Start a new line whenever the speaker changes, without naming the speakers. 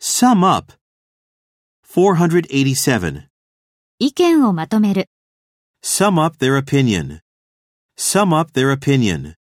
Sum up. 487.
意見をまとめる。
Sum up their opinion. Sum up their opinion.